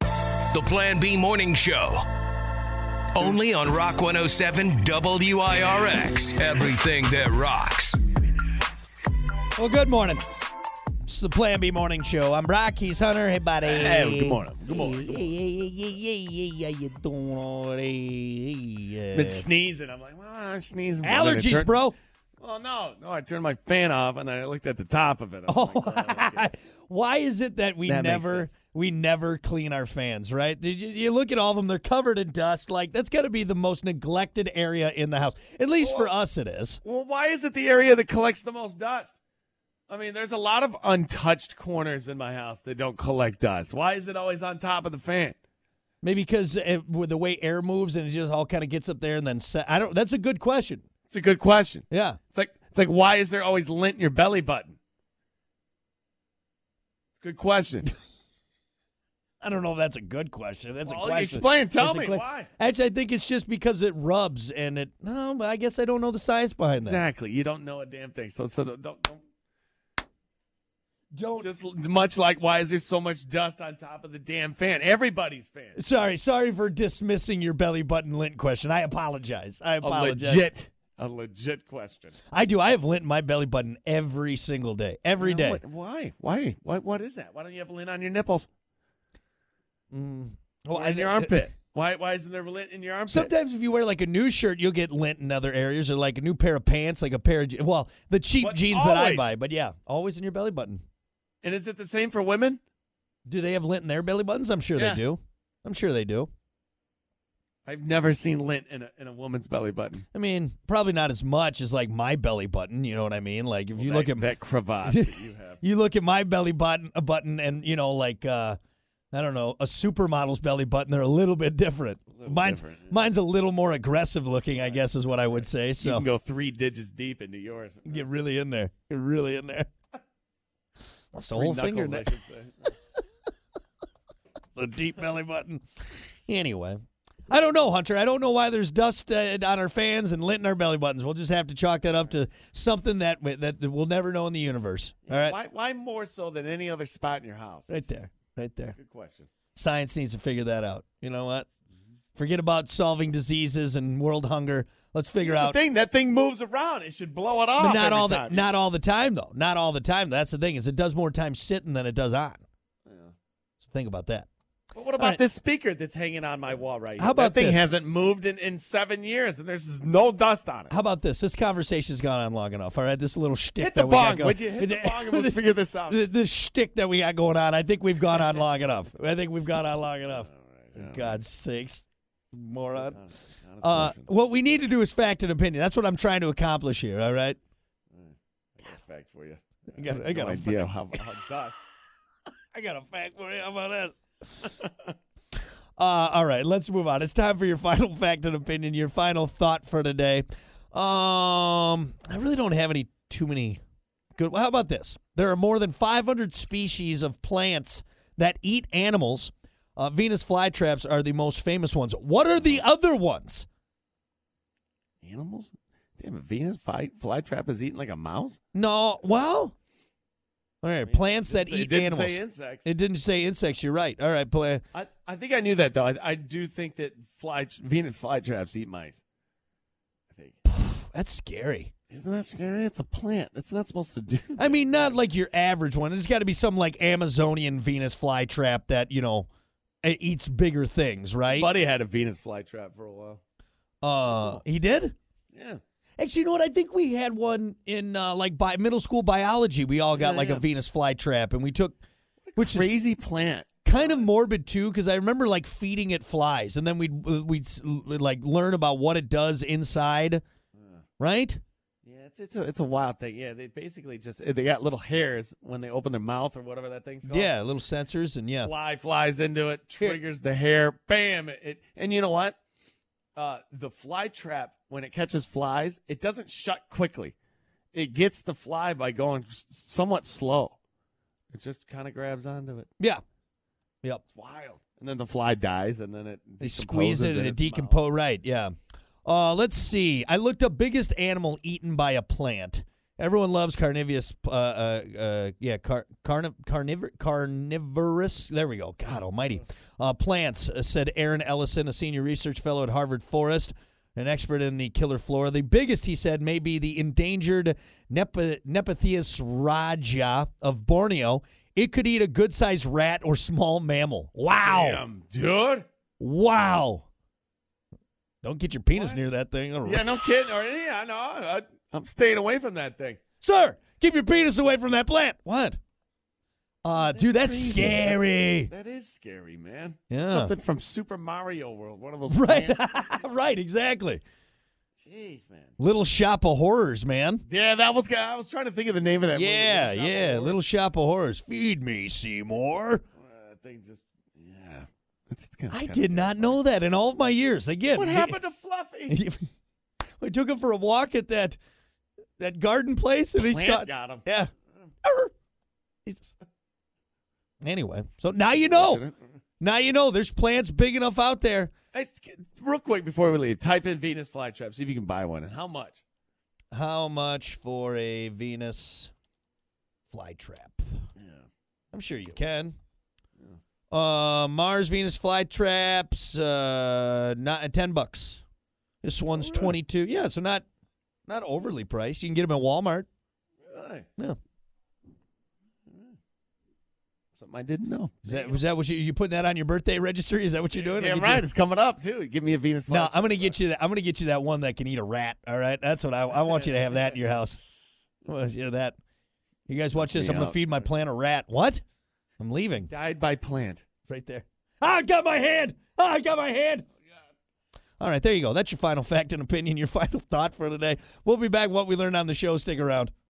the Plan B Morning Show. Only on Rock 107 WIRX. Everything that rocks. Well, good morning. It's the Plan B Morning Show. I'm Rocky's Hunter. Hey, buddy. Hey, good morning. Good morning. Hey, hey, hey, hey, hey, hey, hey, how you doing all right? Been sneezing. I'm like, well, I'm sneezing. Well, then I Allergies, turned- bro. Well, no, no. I turned my fan off and I looked at the top of it. I'm like, Oh, why is it that we That makes never sense. we never clean our fans? Right? Did you, you look at all of them? They're covered in dust. Like that's got to be the most neglected area in the house. At least for us, it is. well, why is it the area that collects the most dust? I mean, there's a lot of untouched corners in my house that don't collect dust. Why is it always on top of the fan? Maybe because it, with the way air moves and it just all kind of gets up there and then set. I don't. That's a good question. It's a good question. Yeah. It's like it's like why is there always lint in your belly button? Good question. I don't know if that's a good question. That's Well, a question. explain. Tell That's a me que- why. Actually, I think it's just because it rubs and it. No, but I guess I don't know the science behind that. exactly. You don't know a damn thing. So so don't, don't Don't. Just l- much like why is there so much dust on top of the damn fan? Everybody's fan. Sorry, sorry for dismissing your belly button lint question. I apologize. I A apologize. legit, a legit question. I do. I have lint in my belly button every single day. Every day. What- why? Why? Why? What is that? Why don't you have lint on your nipples? Mm. Well, Or I- in your armpit? Why? Why isn't there lint in your armpit? Sometimes if you wear like a new shirt, you'll get lint in other areas, or like a new pair of pants, like a pair of je- well, the cheap But jeans that I always. buy. But yeah, always in your belly button. and is it the same for women? Do they have lint in their belly buttons? I'm sure Yeah. they do. I'm sure they do. I've never seen lint in a, in a woman's belly button. I mean, probably not as much as like my belly button. You know what I mean? Like if you That- look at that cravat that you have. you look at my belly button, a button, and you know, like uh, I don't know, a supermodel's belly button. They're a little bit different. little mine's different, yeah. mine's a little more aggressive looking, I guess, is what I would say. You So can go three digits deep into yours. get really in there. Get really in there. That's the Three whole knuckles, finger. I should say. the deep belly button. Anyway, I don't know, Hunter. I don't know why there's dust uh, on our fans and lint in our belly buttons. We'll just have to chalk that up to something that we- that we'll never know in the universe. All right, Why? Why more so than any other spot in your house? right there, right there. Good question. Science needs to figure that out. You know what? Forget about solving diseases and world hunger. Let's figure The out. thing that thing moves around. It should blow it off. But not every all the time. not all the time though. Not all the time. That's the thing is it does more time sitting than it does on. So think about that. But what about All right. this speaker that's hanging on my wall right How here? about that thing this? hasn't moved in, in seven years, and there's no dust on it. How about this? This conversation's gone on long enough. All right, this little shtick Hit that the we got bong, going. would you? Hit the bong and we'll This- figure this out. th- This shtick that we got going on. I think we've gone on long enough. I think we've gone on long enough. Oh, For God's sakes, moron. Uh, what we need to do is fact and opinion. That's what I'm trying to accomplish here. All right. fact for you. I got, I no got a idea how, how dust. I got a fact for you. How about that? uh, all right, let's move on. It's time for your final fact and opinion, your final thought for today. Um, I really don't have any too many good. Well, how about this? There are more than 500 species of plants that eat animals. Uh, Venus flytraps are the most famous ones. What are the other ones? Animals? Damn, a Venus fly, flytrap is eating like a mouse? No, well, all right, plants that It eat didn't animals. Say insects. it didn't say insects. You're right. All right, plant. I, I think I knew that, though. I, I do think that fly Venus flytraps eat mice. I think. That's scary. Isn't that scary? It's a plant. It's not supposed to do I mean, not like your average one. It's got to be some like Amazonian Venus flytrap that you know e- eats bigger things, right? Buddy had a Venus flytrap for a while. uh, he did. Yeah. Actually, you know what? I think we had one in uh, like bi- middle school biology. We all got Yeah, like a yeah. Venus flytrap, and we took, which is Crazy plant. kind of morbid too, because I remember like feeding it flies, and then we'd uh, we'd s- like learn about what it does inside, right? Yeah, it's it's a it's a wild thing. Yeah, they basically just they got little hairs when they open their mouth or whatever that thing's called. Yeah, little sensors, and yeah, Fly flies into it, triggers the hair, bam. It, it and you know what? Uh, the fly trap when it catches flies, it doesn't shut quickly. It gets the fly by going s- somewhat slow. It just kind of grabs onto it. yeah, yep. It's wild. And then the fly dies, and then it They squeeze it and it decomposes. decompose. Right, yeah. Uh, let's see. I looked up biggest animal eaten by a plant, Everyone loves carnivorous. Uh, uh, uh, yeah, car, carniv- carnivor, carnivorous. There we go. God Almighty. Uh, plants, uh, said Aaron Ellison, a senior research fellow at Harvard Forest, an expert in the killer flora. The biggest, he said, may be the endangered Nep- Nepitheus raja of Borneo. It could eat a good-sized rat or small mammal. Wow. Damn, dude. Wow. Don't get your penis What? near that thing. All right. Yeah, no kidding. Or yeah, no, I, I'm staying away from that thing. Sir, keep your penis away from that plant. What? Uh, dude, that's crazy. scary. That is scary, man. Yeah. Something from Super Mario World. One of those. Right. plants. right, exactly. Jeez, man. Little Shop of Horrors, man. Yeah, that was. I was trying to think of the name of that. Yeah, movie. yeah. Little Shop of Horrors. Feed me, Seymour. Uh, that thing just. Yeah. It's kind I did not know that in all of my years. Again, What happened to Fluffy? we took him for a walk at that that garden place, and he's got Plant got him. yeah. Mm. Arr. Jesus. Anyway, so now you know. Now you know there's plants big enough out there. It's, real quick before we leave, type in Venus flytrap. See if you can buy one. And how much? How much for a Venus flytrap? Yeah. I'm sure you can. Uh, Mars Venus flytraps, uh, not uh, ten bucks. This one's Oh, really? twenty two. Yeah, so not not overly priced. You can get them at Walmart. Really? Yeah. Something I didn't know. Is that was that what you you putting that on your birthday registry? Is that what you're doing? I'll Yeah, get right. you- It's coming up too. Give me a Venus flytrap. No, I'm gonna get you. That, I'm gonna get you that one that can eat a rat. All right, that's what I, I want you to have that in your house. I want you to have that. You guys watch this. me I'm gonna out. feed my plant a rat. What? I'm leaving. Died by plant. Right there. Ah, I got my hand. Ah, I got my hand. All right, there you go. That's your final fact and opinion. Your final thought for today. We'll be back. What we learned on the show. Stick around.